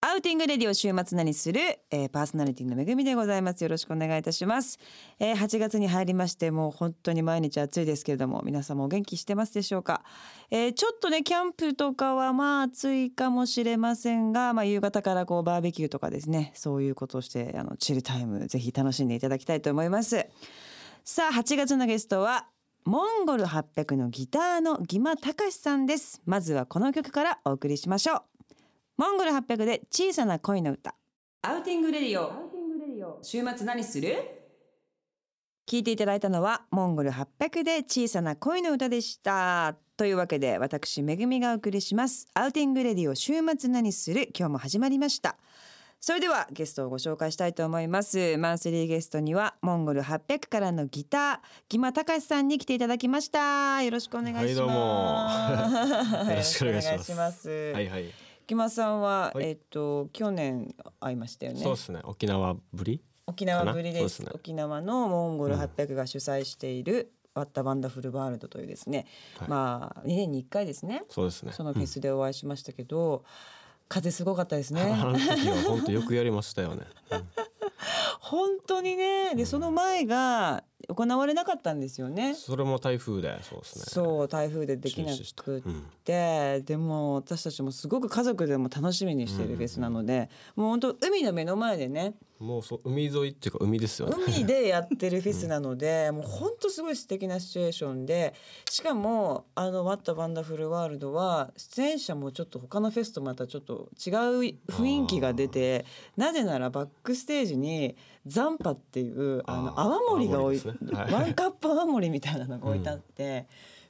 アウティングレディオ週末何する、えーパーソナリティのめぐみでございますよろしくお願いいたします、えー8月に入りましてもう本当に毎日暑いですけれども皆様お元気してますでしょうか、えーちょっとねキャンプとかはまあ暑いかもしれませんがまあ夕方からこうバーベキューとかですねそういうことをしてあのチルタイムぜひ楽しんでいただきたいと思いますさあ8月のゲストはモンゴル800のギターのギマたかしさんですまずはこの曲からお送りしましょうモンゴル800で小さな恋の歌アウティングレディオ週末何する聞いていただいたのはモンゴル800で小さな恋の歌でしたというわけで私めぐみがお送りしますアウティングレディオ週末何する今日も始まりましたそれではゲストをご紹介したいと思いますマンスリーゲストにはモンゴル800からのギターギマたかしさんに来ていただきましたよろしくお願いします、はいどう もよろしくお願いしますよろくお願はいはい。木間さんは、はいえっと去年会いましたよね。そうですね。沖縄ぶり。沖縄ぶりでそうですすね沖縄のモンゴル800が主催している、ワッタワンダフルワールドというですね、はいまあ2年に1回ですねそうですね。そのフェスでお会いしましたけど、風すごかったですうん。 あねの時は本当よくやりましたよね。うん本当にねでその前が行われなかったんですよねそれも台風で、そうですね。そう台風でできな中止したくっうんてでも私たちもすごく家族でも楽しみにしているフェスなので、もう本当海の目の前でねもうそう海沿いっていうか海ですよね。海でやってるフェスなので、 もう本当すごい素敵なシチュエーションでしかもあの「ワット・ワンダフル・ワールド」は出演者もちょっと他のフェスとまたちょっと違う雰囲気が出てなぜならバックステージにザンパっていうあのあー泡盛が置い、泡盛ですねはいワンカップ泡盛みたいなのが置いてあって、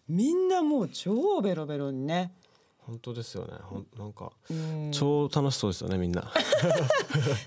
みんなもう超ベロベロにね。本当ですよね。ほんなんかうん超楽しそうですよねみ んな。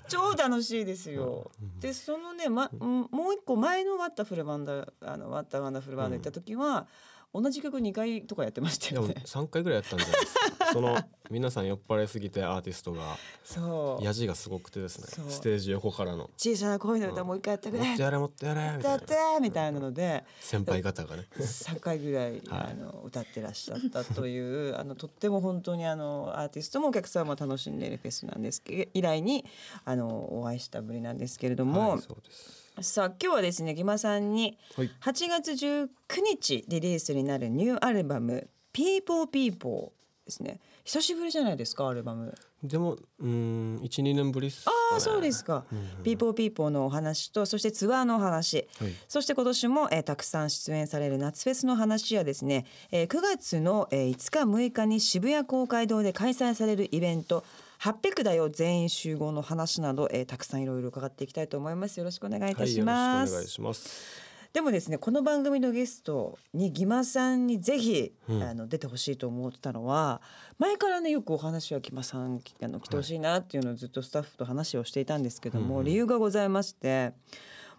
超楽しいですよ。でそのね、ま、うんもう一個前の「ワッタフルバンダ」あの「ワッタワンダフルバンダ」行った時は、同じ曲2回とかやってましたでよもね。三回ぐらいやったんじゃないです か。その皆さん酔っ払いすぎてアーティストがそうヤジがすごくてですそうね。ステージ横からの。小さな恋の歌もう一回やってくれ、もっとやれもっとやれみ歌ったいてなみたいなので先輩方がね。 3回ぐらい、はいあの歌ってらっしゃったというあのとっても本当にあのアーティストもお客さんも楽しんでいるフェスなんですけど以来にあのお会いしたぶりなんですけれども、はいそうです。さあ今日はですねギマさんにはい8月19日リリースになるニューアルバム「People People」ですね久しぶりじゃないですかアルバムでもうん一二年ぶりっすかね。ああそうですか「People People」のお話とそしてツアーのお話、はいそして今年も、えーたくさん出演される夏フェスの話やですね、えー9月の、えー5日6日に渋谷公会堂で開催されるイベント800だよ全員集合の話など、えーたくさんいろいろ伺っていきたいと思いますよろしくお願いいたしはまい、よろしくおす願いします。でもですねこの番組のゲストにギマさんにぜひ、うんあの出てほしいと思ってたのは前からねよくお話はギマさんあの来てほしいなっていうのをずっとスタッフと話をしていたんですけども、うんうん理由がございまして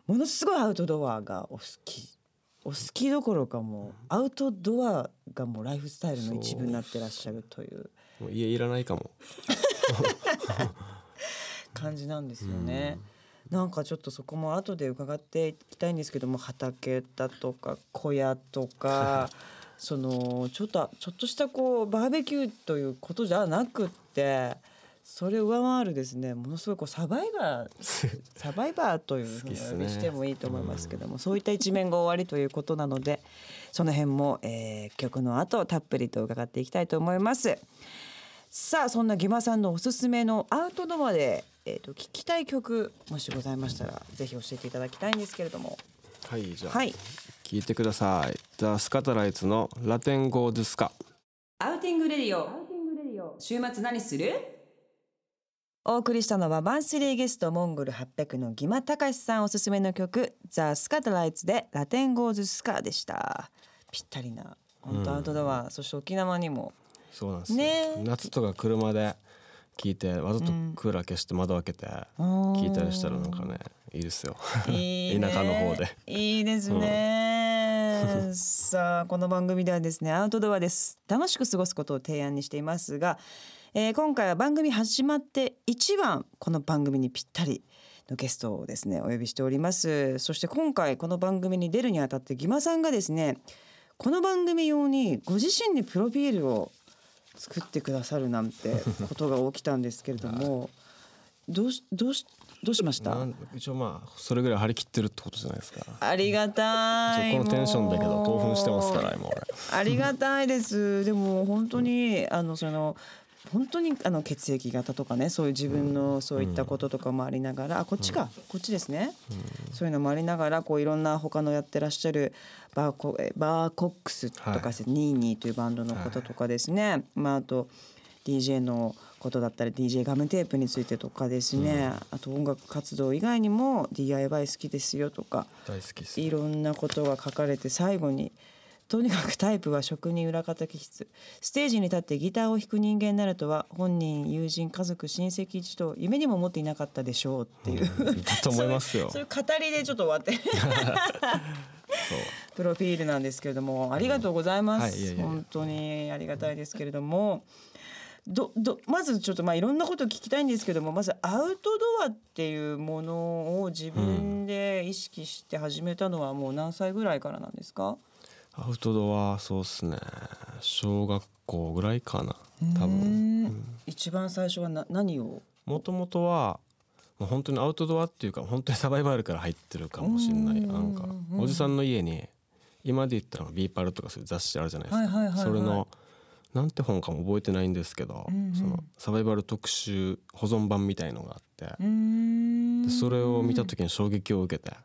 ものすごいアウトドアがお好きお好きどころかもうアウトドアがもうライフスタイルの一部になってらっしゃるというもう家いらないかも。感じなんですよね。なんかちょっとそこも後で伺っていきたいんですけども畑だとか小屋とかそのちょっとちょっとしたこうバーベキューということじゃなくってそれを上回るですねものすごいこうサバイバーサバイバーというふう好きにっおす呼ねびしてもいいと思いますけども、そういった一面が終わりということなのでその辺も、えー曲の後たっぷりと伺っていきたいと思います。さあそんなギマさんのおすすめのアウトドアで、えー、と聞きたい曲もしございましたらぜひ教えていただきたいんですけれどもはい、じゃあ、はい聞いてください。ザ・スカタライツのラテン語ですか。アウティングレディオ週末何するお送りしたのはマンスリーゲストモンゴル800のギマたかしさんおすすめの曲「ザ・スカトライツ」で「ラテンゴーズ・スカ」でしたぴったりな本当アウトドア、そして沖縄にもそうなんですよねえ夏とか車で聞いて、わざとクーラー消して窓開けて聞いたりしたらなんかね、いいですよ。 いいね田舎の方で。いいですね、さあこの番組ではですねアウトドアです楽しく過ごすことを提案にしていますが、えー今回は番組始まって一番この番組にぴったりのゲストをですねお呼びしておりますそして今回この番組に出るにあたってギマさんがですねこの番組用にご自身でプロフィールを作ってくださるなんてことが起きたんですけれど もどうしどうしどうしましたなん一応まあそれぐらい張り切ってるってことじゃないですかありがたい一応このテンションだけもどう興奮してますから今俺ありがたいです。でも本当にあのその本当にあの血液型とかねそういう自分のそういったこととかもありながら、あこっちか、こっちですね、そういうのもありながらこういろんな他のやってらっしゃるバーコえバーコックスとか、はいニーニーというバンドのこととかですね、まああと DJ のことだったり DJ ガムテープについてとかですね、あと音楽活動以外にも DIY 好きですよとか、大好きですいろんなことが書かれて最後に「とにかくタイプは職人裏方気質ステージに立ってギターを弾く人間になるとは本人友人家族親戚一同夢にも思っていなかったでしょう」っていう、うんだと思いますよ そういうそういう語りでちょっと終わってプロフィールなんですけれどもありがとうございます、はいいやいやいや本当にありがたいですけれども。どどまずちょっとまあいろんなこと聞きたいんですけどもまずアウトドアっていうものを自分で意識して始めたのはもう何歳ぐらいからなんですか、アウトドアそうっすね小学校ぐらいかな多う分ん一番最初はな何をもともとはもう本当にアウトドアっていうか本当にサバイバルから入ってるかもしれないうんなんかおじさんの家に今で言ったらビーパルとかそういう雑誌あるじゃないですか、はいはいはいはいそれのなんて本かも覚えてないんですけど、うんうんそのサバイバル特集保存版みたいのがあって、ででそれを見た時に衝撃を受けて、や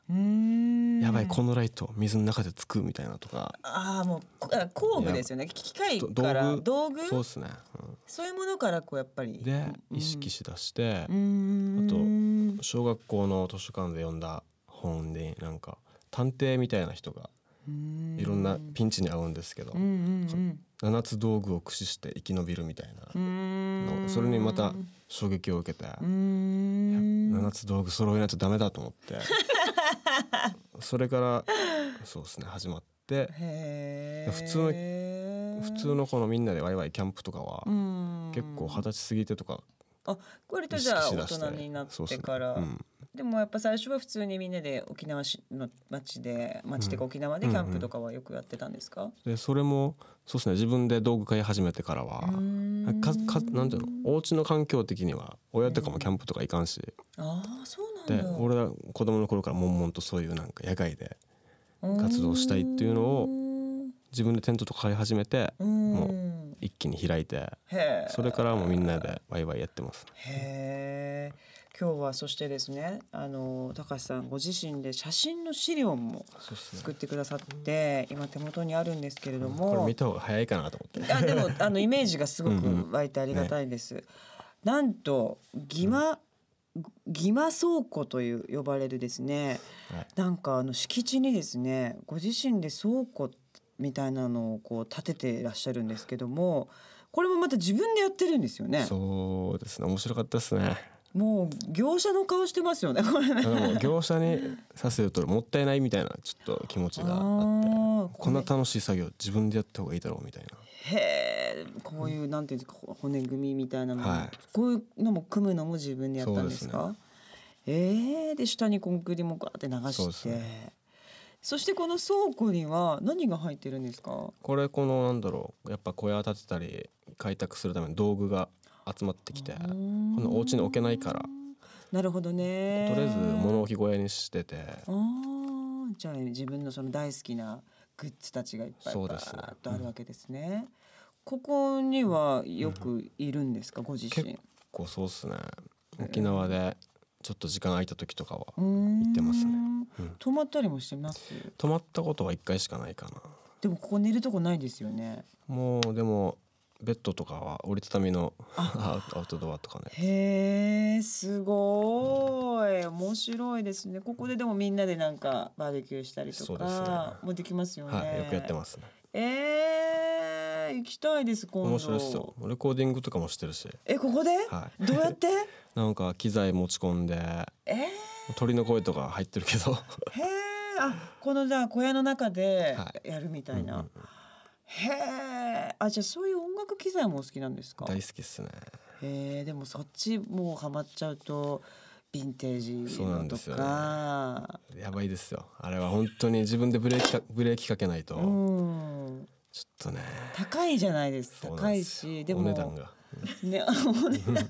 ばいこのライト水の中でつくみたいなとか、ああもうこあ工具ですよね機械から道道具そそううですね、うんいうものからこうやっぱりでうん意識しだして、うんあと小学校の図書館で読んだ本でなんか探偵みたいな人がうんいろんなピンチに遭うんですけど、うんうん7つ道具を駆使して生き延びるみたいなう、んのそれにまた衝撃を受けて、うん7つ道具揃えないとダメだと思って それからそうですね始まってへー普通普通のこのみんなでワイワイキャンプとかはうん結構二十歳過ぎてとかあ割と意じゃ識あし大だして人になっそうすてねから、うんでもやっぱ最初は普通にみんなで沖縄市の町で町っていうか沖縄でうんキャンプとかはよくやってたんですか、でそれもそうですね自分で道具買い始めてからはかかなんていうのお家の環境的には親とかもキャンプとか行かんし、ああそうなんでだ俺ら子供の頃から悶々とそういうなんか野外で活動したいっていうのを自分でテントとか買い始めてもも一気に開いてへえそれからはもうみんなでワイワイやってます、へえ今日はそしてですねあの高橋さんご自身で写真の資料もそうです作ってくださって今手元にあるんですけれども、これ見た方が早いかなと思ってあ でもあのイメージがすごうんうく湧いてありがたいです。なんとギマ、ギマ倉庫という呼ばれるですね、はいなんかあの敷地にですねご自身で倉庫みたいなのをこう建てていらっしゃるんですけどもこれもまた自分でやってるんですよねそうですね面白かったですねもう業者の顔してますよねこれね でも業者にさせるともったいないみたいなちょっと気持ちがあっあてーこんな楽しい作業自分でやった方がいいだろうみたいなへえこういうなんていうんですかほ骨組みみたいなのも、はいこういうのも組むのも自分でやったんですそかええで下にコンクリもガーって流そうでしすてそ,、してこの倉庫には何が入ってるんですかこれこのなんだろうやっぱ小屋建てたり開拓するための道具が集まってきてこんのお家に置けないからとなるほどねりあえず物置小屋にしててあーじゃあ自分のその大好きなグッズたちがいっぱいそバうですねーっとあるわけですねここにはよくいるんですか、ご自身結構そうっすね沖縄でちょっと時間空いた時とかは行ってますねん泊まったりもしてます。泊まったことは1回しかないかなでもここ寝るとこないですよね。もうでもベッドとかは折りたたみの アウトアウトドアとかねへえ、すごい、面白いですね。ここででもみんなでなんかバーベキューしたりそとうですねかもできますよね。はいよくやってす。ますねええ、行きたいです今度。面白いっすよレコーディングとかもしてるしえ、ここで？はいどうや って？なんか機材持ち込んでえー、へ鳥の声とか入ってるけどえ、あ、このじゃあ小屋の中ではやるみたいな。うんうんへえ、あ、じゃあそういう音楽機材もお好きなんですか？ 大好きっすねへえでもそっちもうハマっちゃうとヴィンテージそうなのんとですよかやばいですよあれは本当に自分でブレーキかブレーキかけないうとんちょっとね高いじゃないですそうな高んいですよしでもお値段がね、 お値段が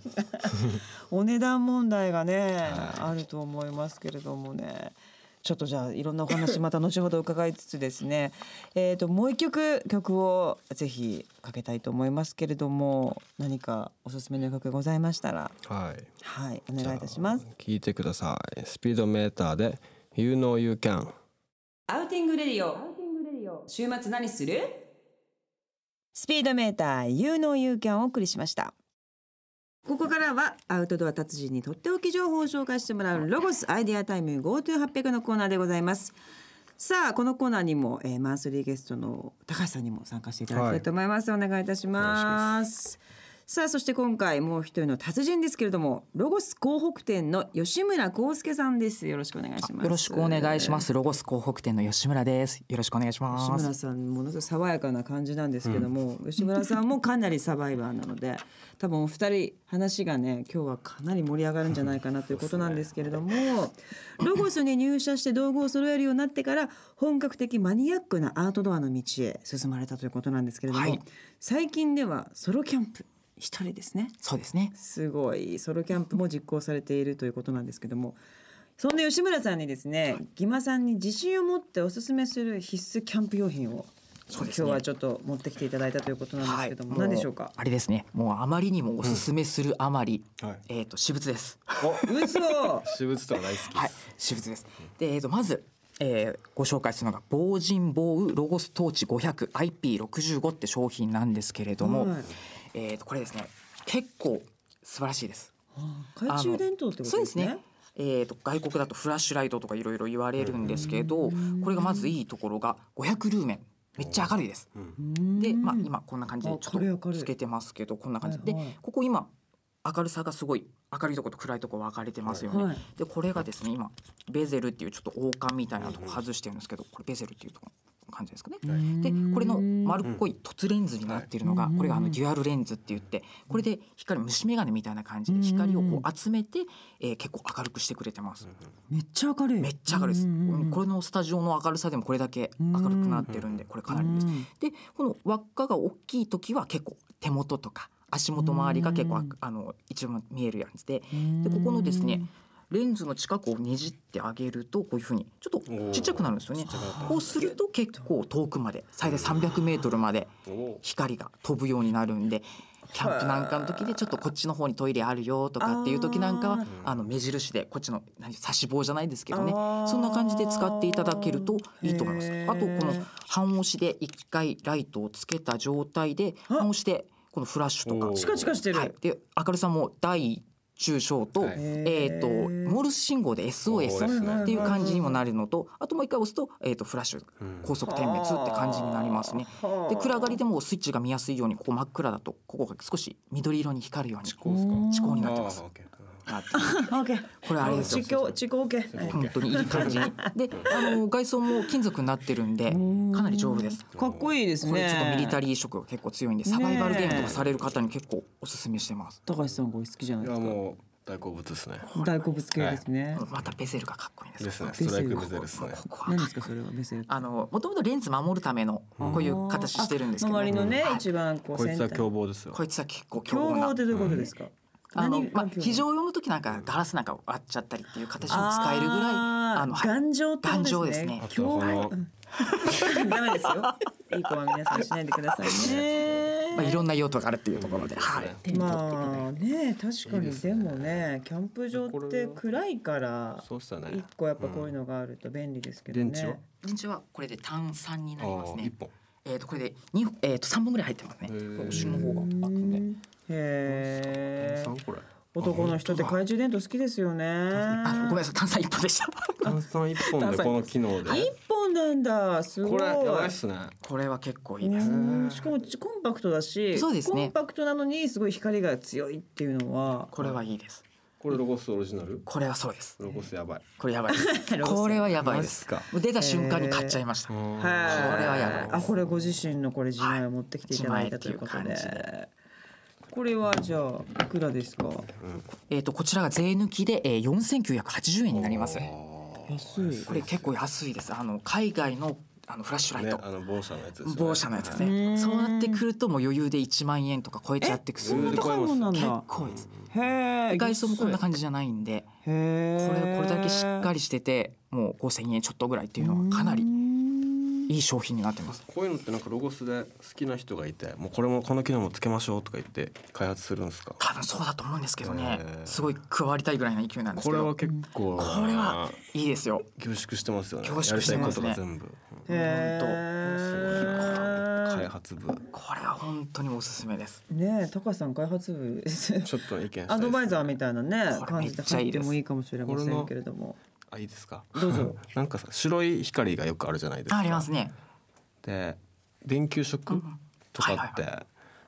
お値段問題がね、はあると思いますけれどもねちょっとじゃあいろんなお話また後ほど伺いつつですねえーともう一曲曲をぜひかけたいと思いますけれども何かおすすめの曲ございましたらはいはいお願いいたしますじゃあ聞いてくださいスピードメーターで You know you can アウティングレディオ週末何するスピードメーター You know you can をお送りしましたここからはアウトドア達人にとっておき情報を紹介してもらうロゴスアイデアタイム GoTo800 のコーナーでございますさあこのコーナーにも、えーマンスリーゲストの高橋さんにも参加していただきたいと思います、お願いいたしますさあそして今回もう一人の達人ですけれどもロゴス広北店の吉村康介さんですよろしくお願いしますよろしくお願いします。ロゴス広北店の吉村です。よろしくお願いし吉ま村す。さんものすごい爽やかな感じなんですけども、吉村さんもかなりサバイバーなので多分お二人話がね今日はかなり盛り上がるんじゃないかなということなんですけれども、ロゴスに入社して道具を揃えるようになってから本格的マニアックなアートドアの道へ進まれたということなんですけれども、はい最近ではソロキャンプ一人ですねそうですね。すごいソロキャンプも実行されているということなんですけどもそんな吉村さんにですね義馬さんに自信を持っておすすめする必須キャンプ用品をそうですね今日はちょっと持ってきていただいたということなんですけども、何でしょうかあれですね。もうあまりにもおすすめするあまり、はいえっ、と私物です。嘘私物とか大好きです、はい、私物です。で、えっ、とまず。えーご紹介するのが防塵防雨ロゴストーチ 500IP65 って商品なんですけれども、はいえー、とこれですね結構素晴らしいです。懐中電灯ってことですねそうですね。えー、と外国だとフラッシュライトとかいろいろ言われるんですけどこれがまずいいところが500ルーメンめっちゃ明るいです。で、まあ、今こんな感じであちょこれ明っるといつけてますけどこんな感じで、はいはいここ今明るさがすごい明るいところと暗いところ分かれてますよね。はいでこれがですね今ベゼルっていうちょっと王冠みたいなとこ外してるんですけどこれベゼルっていうとこ感じですかね。でこれの丸っこい凸レンズになってるのがこれがあのデュアルレンズって言ってこれで光虫眼鏡みたいな感じで光をこう集めて、えー結構明るくしてくれてます。めっちゃ明るいめっちゃ明るいです。うんうんうんこれのスタジオの明るさでもこれだけ明るくなってるんでこれかなりです。でこの輪っかが大きい時は結構手元とか足元周りが結構ああの一番見えるやつででここのですねレンズの近くをねじってあげるとこういうふうにちょっとちっちゃくなるんですよねちゃくなった。こうすると結構遠くまで最大300メートルまでお光が飛ぶようになるんでキャンプなんかの時でちょっとこっちの方にトイレあるよとかっていう時なんかあはーあの目印でこっちの何差し棒じゃないですけどねあーそんな感じで使っていただけるといいと思いますへー。あとこの半押しで一回ライトをつけた状態であ半押しでこのフラッシュとかおーチカチカしてる、はい、で明るさも大中小と,、はいえー、とモールス信号でそう SOS ですねっていう感じにもなるのとあともう一回押すと,、えー、とフラッシュうん高速点滅って感じになりますね。はあで暗がりでもスイッチが見やすいようにこう真っ暗だとここが少し緑色に光るようにこうですか地光にあなってーます。オッケーな ってますあ OK これあれです地よ。球地球 OK はい本当にいい感じに。で、あの外装も金属になってるんで、かなり丈夫です。かっこいいですねこれちょっとミリタリー色が結構強いんで、サバイバルゲームとかされる方に結構おすすめしてます。高橋さんこれ好きじゃないいでやすかもう大好物ですね大好物系ですね、またベゼルがかっこいいんですよ。ですセねルストライクベゼルですねここは何ですかそれは別にあのもともとレンズ守るためのこういう形してるんですけど、周りのね、はい一番こうこいつは先凶端暴ですよこいつは結構凶競暴な合ってどういうことですか、あの何まあが競合非常用の時なんかガラスなんか割っちゃったりっていう形も使えるぐらいあーあのはい頑丈ってことですね頑丈あでとはこの ダメですよいい子は皆さんしないでくださいね まあいろんな用途があるっていうところで、はい。まあね確かいいでにすでねもねキャンプ場っこれては暗いからそうっすよね一個やっぱこういうのがあると便利ですけど電池はね、電池はこれで単三になりますあーね一。本えっ、とこれで二本えっ、と三本ぐらい入ってますね。へーこれ後ろの方があるんで。へえ炭酸これ男の人ってあ懐中電灯好きですよねあごめんなさい単三一本でした。炭酸一本でこの機能で一本なんだすごこいれやばいっすねこれは結構いいです。うんしかもちコンパクトだし、そうですねコンパクトなのにすごい光が強いっていうのは、これはいいです。これロゴスオリジナルこれはそうです。ロゴスやばいこれやばいです。ロゴスこれはやばいでマす。ジっもすう出た瞬間に買っちゃいました。うはいんこれはやばいですあ、これご自身のこれ自前を持ってきていただいたということはいで自前っていう感、これはじゃあいくらですか？えっ、とこちらが税抜きでえ四千九百八十円になります。安い。これ結構安いです。あの海外のあのフラッシュライねト、あの防射のやつですよね防射のやつですね、うんそうなってくるともう余裕で1万円とか超えちゃってくるそんな高いもんなん結だ。構ですへえ。外装もこんな感じじゃないんでじ。へこえ。れこれだけしっかりっりしててもう5,000円ちょっとぐらいっていうのはかなりいい商品になってますこういうのってなんかロゴスで好きな人がいてもうこれもこの機能もつけましょうとか言って開発するんですか多分そうだと思うんですけどねへーすごい加わりたいぐらいの勢いなんですこけれはど結構これはいいですよ凝縮してますよね凝縮してますねやりたいことが全部へうんすごいな開え。発部これは本当におすすめですねえ、高橋さん開発部。ちょっと意見したいですアドバイザーみたいなねこれ感めっじでちゃい入っいてですもいいかもしれませんけれどもあいいですかどうぞ なんかさ白い光がよくあるじゃないですかあありますねで電球色んとかって、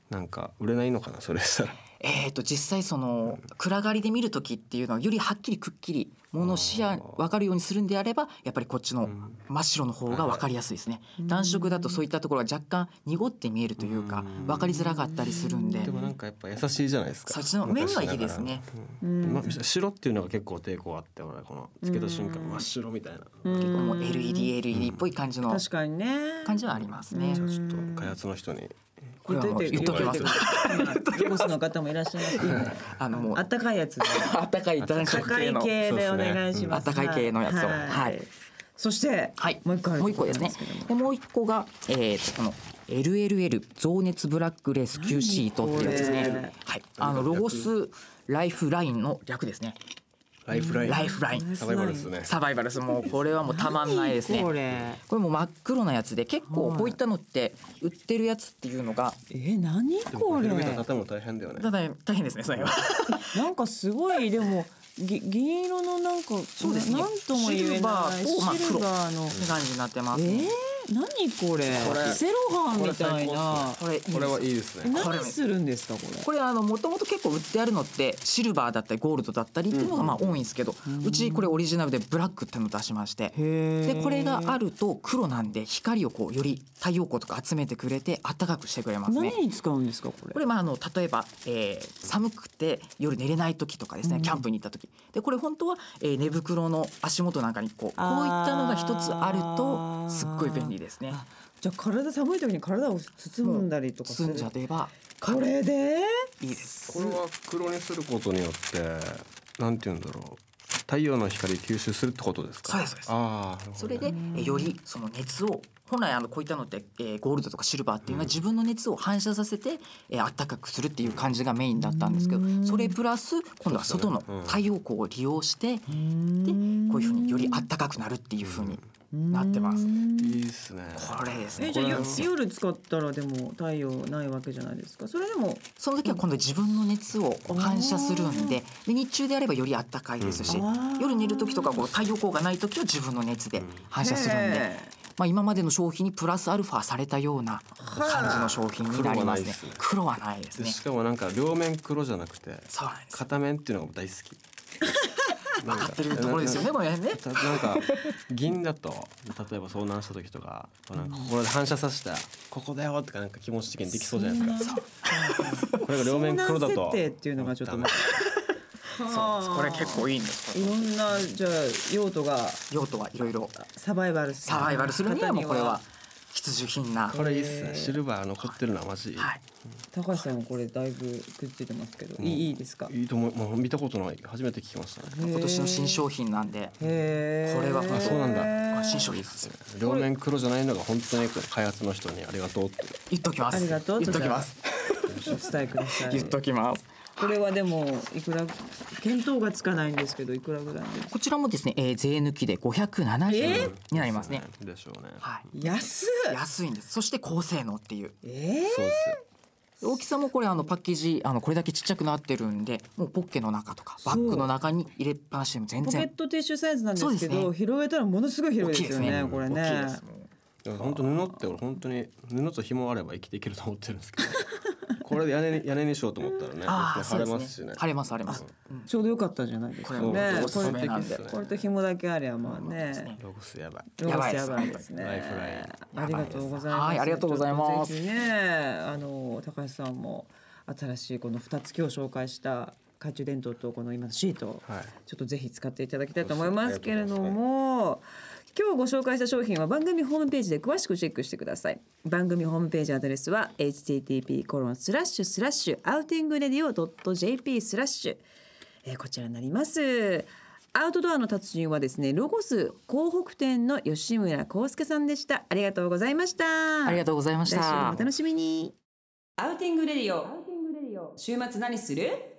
なんか売れないのかなそれ したらえー、と実際その暗がりで見る時っていうのはよりはっきりくっきりもの視野分かるようにするんであればやっぱりこっちのん真っ白の方が分かりやすいですね暖色だとそういったところが若干濁って見えるというかうん分かりづらかったりするんででもなんかやっぱ優しいじゃないですかそっちの目にはいいですね昔ながらのうんまあ白っていうのが結構抵抗あって俺このつけた瞬間真っ白みたいなうん結構もう LEDLED っぽい感じの確かにね感じはありますねじゃあちょっと開発の人にこれはもう言っときますロボスの方もいらっしゃい ますねあのもうあったかいやつであったかい暖暖色か系いの系でお願いします。そうですねうん暖かい系のやつをはいそして、はい、もう一個あるもう一個ですね。でもう一個が、えー、とこの LLL 増熱ブラックレース Q シートっていうやつです何これね。はい、あのロゴスライフラインの略ですね。ライフラインライフラインサバイバルですねサバイバルスもうこれはもうたまんない ですね。ここれれもう真っ黒なやつで結構こういったのって売ってるやつっていうのがえ何でもここれれ広げた方も大変だよねただ大変ですねそれは。なんかすごいでもぎ銀色のなんかそうですねなんとも言えないシルバーとまあシルバーのって感じになってます。えー、何これこれセロハンみたいなこれいいですこれはいいですねこれ何するんですかこれこれあのもともと結構売ってあるのってシルバーだったりゴールドだったりっていうのがまあ多いんですけど、うちこれオリジナルでブラックっていうのを出しましてへーでこれがあると黒なんで光をこうより太陽光とか集めてくれて暖かくしてくれますね何。に使うんですかこれこれまああの例えば、えー寒くて夜寝れない時とかですね、キャンプに行った時でこれ本当は、えー寝袋の足元なんかにこうこういったのが一つあるあーとすっごい便利ですね。あじゃあ体寒い時に体を包んだりとかす包るんじゃえばこれでいいです。これは黒にすることによってなんて言うんだろう太陽の光吸収するってことですかそうですそうですああそれでえよりその熱を本来あのこういったのって、えーゴールドとかシルバーっていうのは自分の熱を反射させて、えー、暖かくするっていう感じがメインだったんですけどそれプラス今度は外そうのですねうん太陽光を利用してでこういうふうにより暖かくなるっていうふうになってます。いいですねこれですえねじゃあこれよは夜使ったらでも太陽ないわけじゃないですかそれでもその時は今度自分の熱を反射するんでで日中であればより暖かいですしうんあー夜寝る時とかこう太陽光がない時は自分の熱で反射するんでへーまあ、今までの商品にプラスアルファされたような感じの商品になりますね黒はないですでねしかもなんか両面黒じゃなくてそうなんです片面っていうのが大好 きなんか合ってるところですよねこの辺ねたなんか銀だと例えば遭難した時とかなんかここで反射させたここだよってかなんか気持ち的にできそうじゃないですかこれが両面黒だ遭難設と定っていうのがちょっとダメそうこれ結構いいんですいろんなじゃあ用途が用途はいろいろサバイバルするサバイバルするにはもうこれは必需品なこれいいっすねシルバー残ってるのはマジいい、はい高橋さんこれだいぶくっついてますけど、いいいいですかいいと思うもう見たことない初めて聞きましたね今年の新商品なんでへーこれはあそうなんだあ新商品なんでそすうですね両面黒じゃないのが本当に開発の人にありがとうって言っときますありがとう言っときますお伝えください言っときますこれはでもいくら見当がつかないんですけどいくらぐらいなんですかこちらもですね、えー、税抜きで570円になりますね、でしょうねはい安っ安いんですそして高性能っていうえそうですよ大きさもこれあのパッケージあのこれだけちっちゃくなってるんでもうポッケの中とかバッグの中に入れっぱなしでも全ー、ポケ然ットティッシュサイズなんですけそどう拾えたらものすごい広いですよね大きいですねこれ大きいねですいや本当布って俺本当に布と紐あれば生きていけると思ってるんで すけどこれで屋根に屋根にしようと思ったらねああ晴れそうまでしすね晴れます晴れますちょうどよかったじゃないですかこねれもこおすすれめなんでこれこれと紐だけありゃまあねロゴスやばいロゴスややばばいいでですすねライフラインありがとうございます。はいありがとうございますちょっとぜひね、あの高橋さんも新しいこの二つ今日紹介した懐中電灯とこの今のシートを、はいちょっとぜひ使っていただきたいと思いますけれども、今日ご紹介した商品は番組ホームページで詳しくチェックしてください番組ホームページアドレスは http コロンスラッシュスラッシュアウティングレディオ .jp スラッシュえーこちらになりますアウトドアの達人はですねロゴス広北店の吉村康介さんでしたありがとうございましたありがとうございました来週もお楽しみにアウティングレディオ週末何する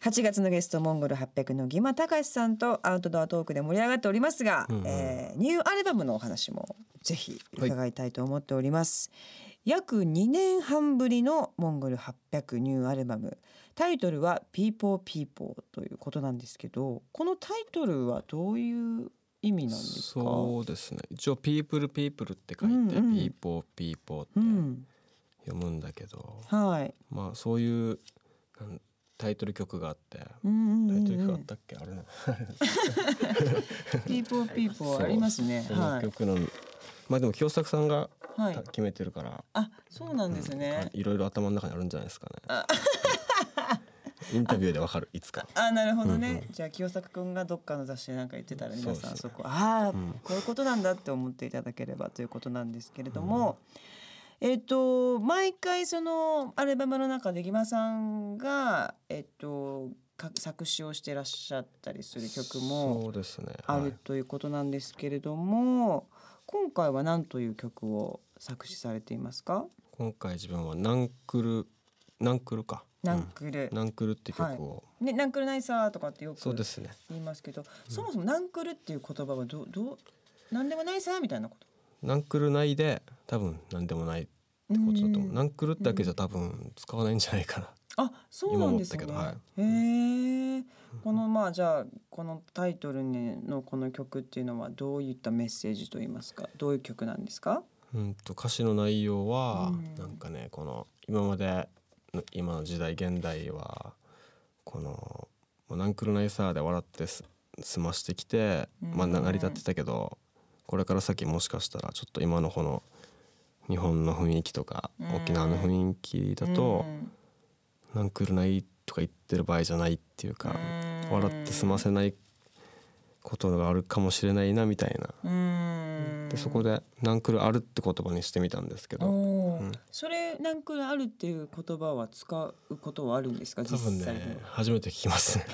8月のゲストモンゴル800のギマたかしさんとアウトドアトークで盛り上がっておりますが、うんうんえーニューアルバムのお話もぜひ伺いたいと思っております、約2年半ぶりのモンゴル800ニューアルバムタイトルは「ピーポーピーポー」ということなんですけどこのタイトルはどういう意味なんですかそうですね一応「ピープルピープル」って書いて「うんうんピーポーピーポー」うってん、読むんだけど、はい、まあそういうなんタイトル曲があってうんうんタうイんトルう曲あっん、たっけ、あれなピーポーピーポーありますねそはのい曲の、まあでも清作さんがはい決めてるから、あそうなんですね、いろいろ頭の中にあるんじゃないですかね。インタビューでわかるいつか。あなるほどね、うんうんじゃあ清作くんがどっかの雑誌でなんか言ってたら皆さんそそうですねこああ、うんこういうことなんだって思っていただければということなんですけれども、えっ、と毎回そのアルバムの中で木間さんがえっ、とか作詞をしてらっしゃったりする曲もそうですね。あはるいということなんですけれども、今回は何という曲を作詞されていますか、今回自分はナンクルナンクルか。ナンクルうん、ナンクルって曲を、ね、ナンクルナイサーとかってよくそうですね。言いますけど、そもそもナンクルっていう言葉はどうどうなんでもないさみたいなこと。ナンクルないで多分なんでもないってことだと思う。うんナンクルだけじゃ多分使わないんじゃないかな。あ、そうなんですね。今思ったへえ。このまあじゃあこのタイトルのこの曲っていうのはどういったメッセージと言いますか、どういう曲なんですか。うんと歌詞の内容は、うんなんかねこの今までの今の時代現代はこのもうナンクルナイサーで笑ってす済ましてきて、まあ、なうん成り立ってたけどこれから先もしかしたらちょっと今のこの日本の雰囲気とかうん沖縄の雰囲気だと、ナンクルないとか言ってる場合じゃないっていうか、うん笑って済ませないことがあるかもしれないなみたいな。うん、うんでそこ。で「ナンクルある」って言葉にしてみたんですけおど。おー、うんそれナンクルあるっていう言葉は使うことはあるんですか多実際分に。ね初めて聞きますね、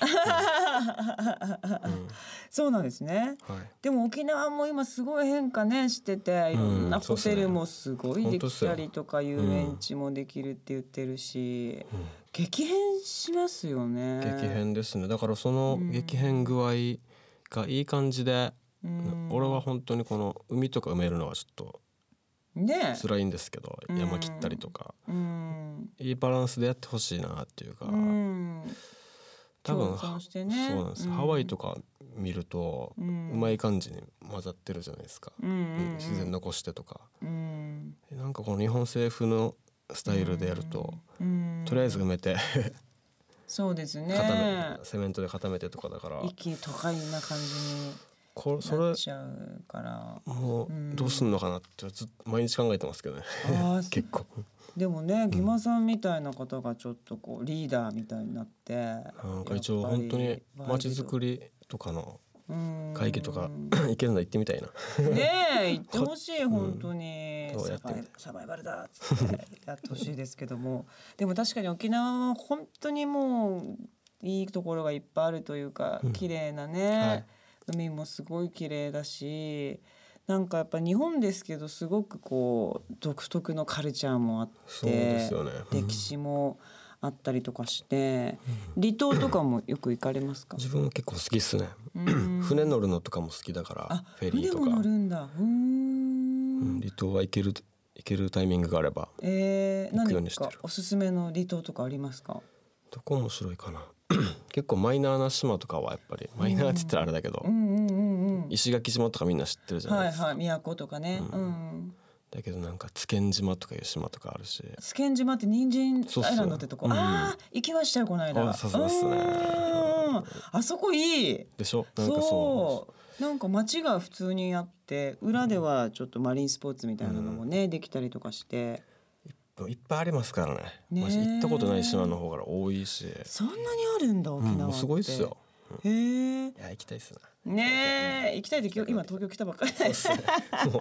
うんそうなんですね。はいでも沖縄も今すごい変化ねしてていろんなうんそホうっすねテルもすごいできたりとか遊ようん園地もできるって言ってるし、激変しますよね。激変ですねだからそのうん激変具合がいい感じで、うん俺は本当にこの海とか埋めるのはちょっとね、辛いんですけど、うん山切ったりとかうん、いいバランスでやってほしいなっていうか、うん、多分共存してねそうなんです、ハワイとか見ると、ううんまい感じに混ざってるじゃないですか、うんうんうん自然残してとかうん、なんかこの日本政府のスタイルでやると、うん、とりあえず埋めてそうですね。固めセメントで固めてとかだから一気に都会な感じこれにそなっれちゃうから。もうどうすんのかなってずっと毎日考えてますけどねああ、結構でもね、ギマさんみたいな方がちょっとこうリーダーみたいになって、なんか一応本当に街づくりりとかの会議とか 行けるの行ってみたいなねえ言ってほし い本当に、そうやサってバイサバイバルだっつってやってほしいですけども でも確かに沖縄は本当にもういいところがいっぱいあるというかうん綺麗なね、はい海もすごい綺麗だしなんかやっぱ日本ですけどすごくこう独特のカルチャーもあってそうですよねうん歴史もあったりとかして、離島とかもよく行かれますか自分結構好きっすねうん船乗るのとかも好きだかあらフェリーと船も乗かるんだうーんうん離島は行ける行けるタイミングがあればえー、行くよう何にしてかるおすすめの離島とかありますかどこ面白いかな 結構マイナーな島とかはやっぱりマイナーって言ったらあれだけどうんうんうんうん石垣島とかみんな知ってるじゃないはいですかはい宮古とかねうんだけどなんか津堅島とかいう島とかあるしスケン島って人そう参アっすよイランドってとこうんああ行きましたよこの間あさすがっすねうんうんうんあそこいいでしょなんかそうそうなんか街が普通にあって裏ではちょっとマリンスポーツみたいなのもねできたりとかしてもういっぱいありますからねねえマジ行ったことない島の方から多いしそんなにあるんだ沖う縄っんてもうすごいっすよ、うへえ。いや行きたいっす なねえ行きたい時今東京来たばっかりだそうよっすねもう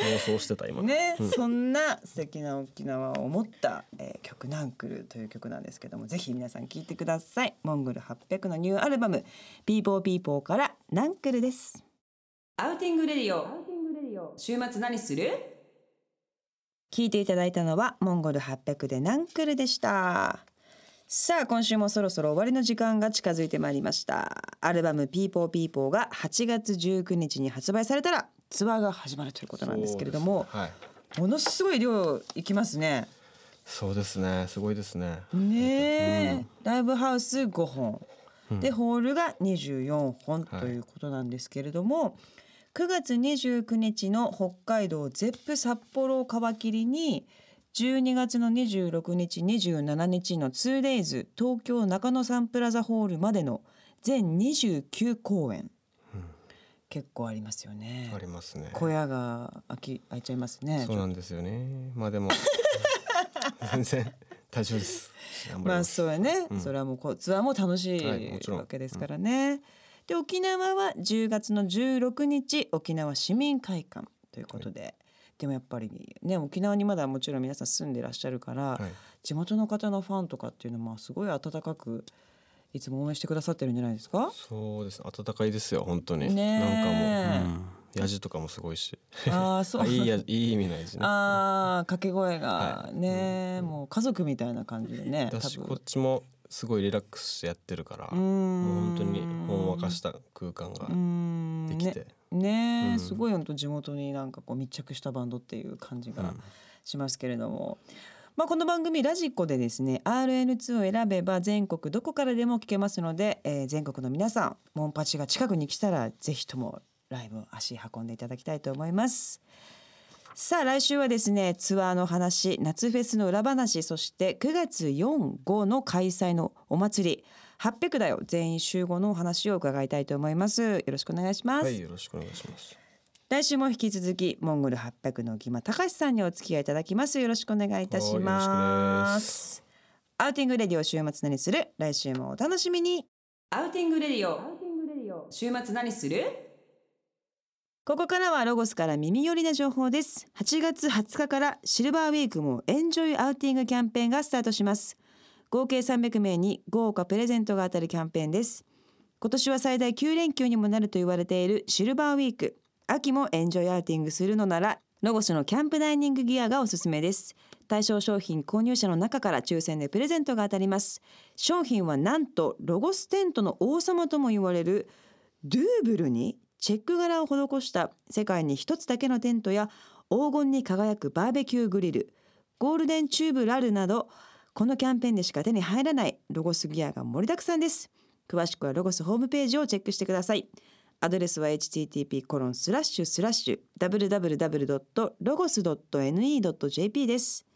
妄想してた今ね、そんな素敵な沖縄を思った、えー曲ナンクルという曲なんですけどもぜひ皆さん聴いてくださいモンゴル800のニューアルバムピーポーピーポーからナンクルですアウティングレディオ週末何する聞いていただいたのはモンゴル800でナンクルでしたさあ今週もそろそろ終わりの時間が近づいてまいりましたアルバム「ピーポーピーポー」が8月19日に発売されたらツアーが始まるということなんですけれども、そうですねはいものすごい量いきますね。そうですねすごいですねねえ、ライブハウス5本、うんでホールが24本はいということなんですけれども、9月29日の北海道ゼップ札幌を皮切りに12月の26日27日の 2days 東京中野サンプラザホールまでの全29公演、うん結構ありますよねあ。りますね小屋が空き空いちゃいますね。そうなんですよねまあ でも全然大丈夫です頑張りまあます、そうやね、うんそれはもうこうツアーも楽しはいもちいろんわけですからね、で沖縄は10月の16日沖縄市民会館ということで、でもやっぱりね沖縄にまだもちろん皆さん住んでらっしゃるから、はい地元の方のファンとかっていうのもすごい温かくいつも応援してくださってるんじゃないです かそうです暖かいですよ本当に、ねえなんかもう、うん、ヤジとかもすごいしああそうあいいやいい意味のヤジねああ掛け声がはいね、もう家族みたいな感じでねだしこっちもすごいリラックスしてやってるから、うーんもう本当にほんわかした空間がうーんできねて、ねえ、うんすごい本当地元になんかこう密着したバンドっていう感じうんがしますけれども、まあ、この番組ラジコでですね RN2 を選べば全国どこからでも聞けますので、えー全国の皆さんモンパチが近くに来たらぜひともライブ足運んでいただきたいと思います。さあ来週はですねツアーの話夏フェスの裏話そして9月45の開催のお祭り800だよ全員集合のお話を伺いたいと思いますよろしくお願いします、はいよろしくお願いします来週も引き続きモンゴル800の木間隆さんにお付き合いいただきますよろしくお願いいたしはいよろしくまですアウティングレディオ週末何する来週もお楽しみにアウティングレディオ週末何するここからはロゴスから耳寄りな情報です8月20日からシルバーウィークもエンジョイアウティングキャンペーンがスタートします合計300名に豪華プレゼントが当たるキャンペーンです今年は最大9連休にもなると言われているシルバーウィーク秋もエンジョイアウティングするのならロゴスのキャンプダイニングギアがおすすめです対象商品購入者の中から抽選でプレゼントが当たります商品はなんとロゴステントの王様とも言われるドゥーブルにチェック柄を施した世界に一つだけのテントや黄金に輝くバーベキューグリルゴールデンチューブラルなどこのキャンペーンでしか手に入らないロゴスギアが盛りだくさんです詳しくはロゴスホームページをチェックしてくださいアドレスは http コロンスラッシュスラッシュ www.logos.ne.jp です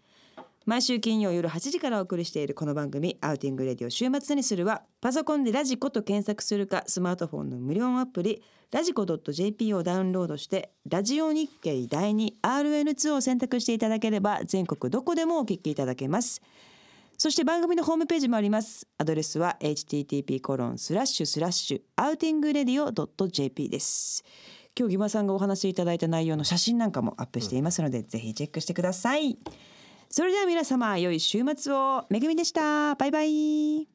毎週金曜夜8時からお送りしているこの番組「アウティングレディオ週末にするは」パソコンで「ラジコ」と検索するかスマートフォンの無料アプリ「ラジコ .jp」をダウンロードして「ラジオ日経第 2RN2」を選択していただければ全国どこでもお聞きいただけます。そして番組のホームページもあります。アドレスは http コロンスラッシュスラッシュアウティングレディオ .jp です。今日ギマさんがお話しいただいた内容の写真なんかもアップしていますので、ぜひチェックしてください。それでは皆様良い週末をめぐみでした。バイバイ。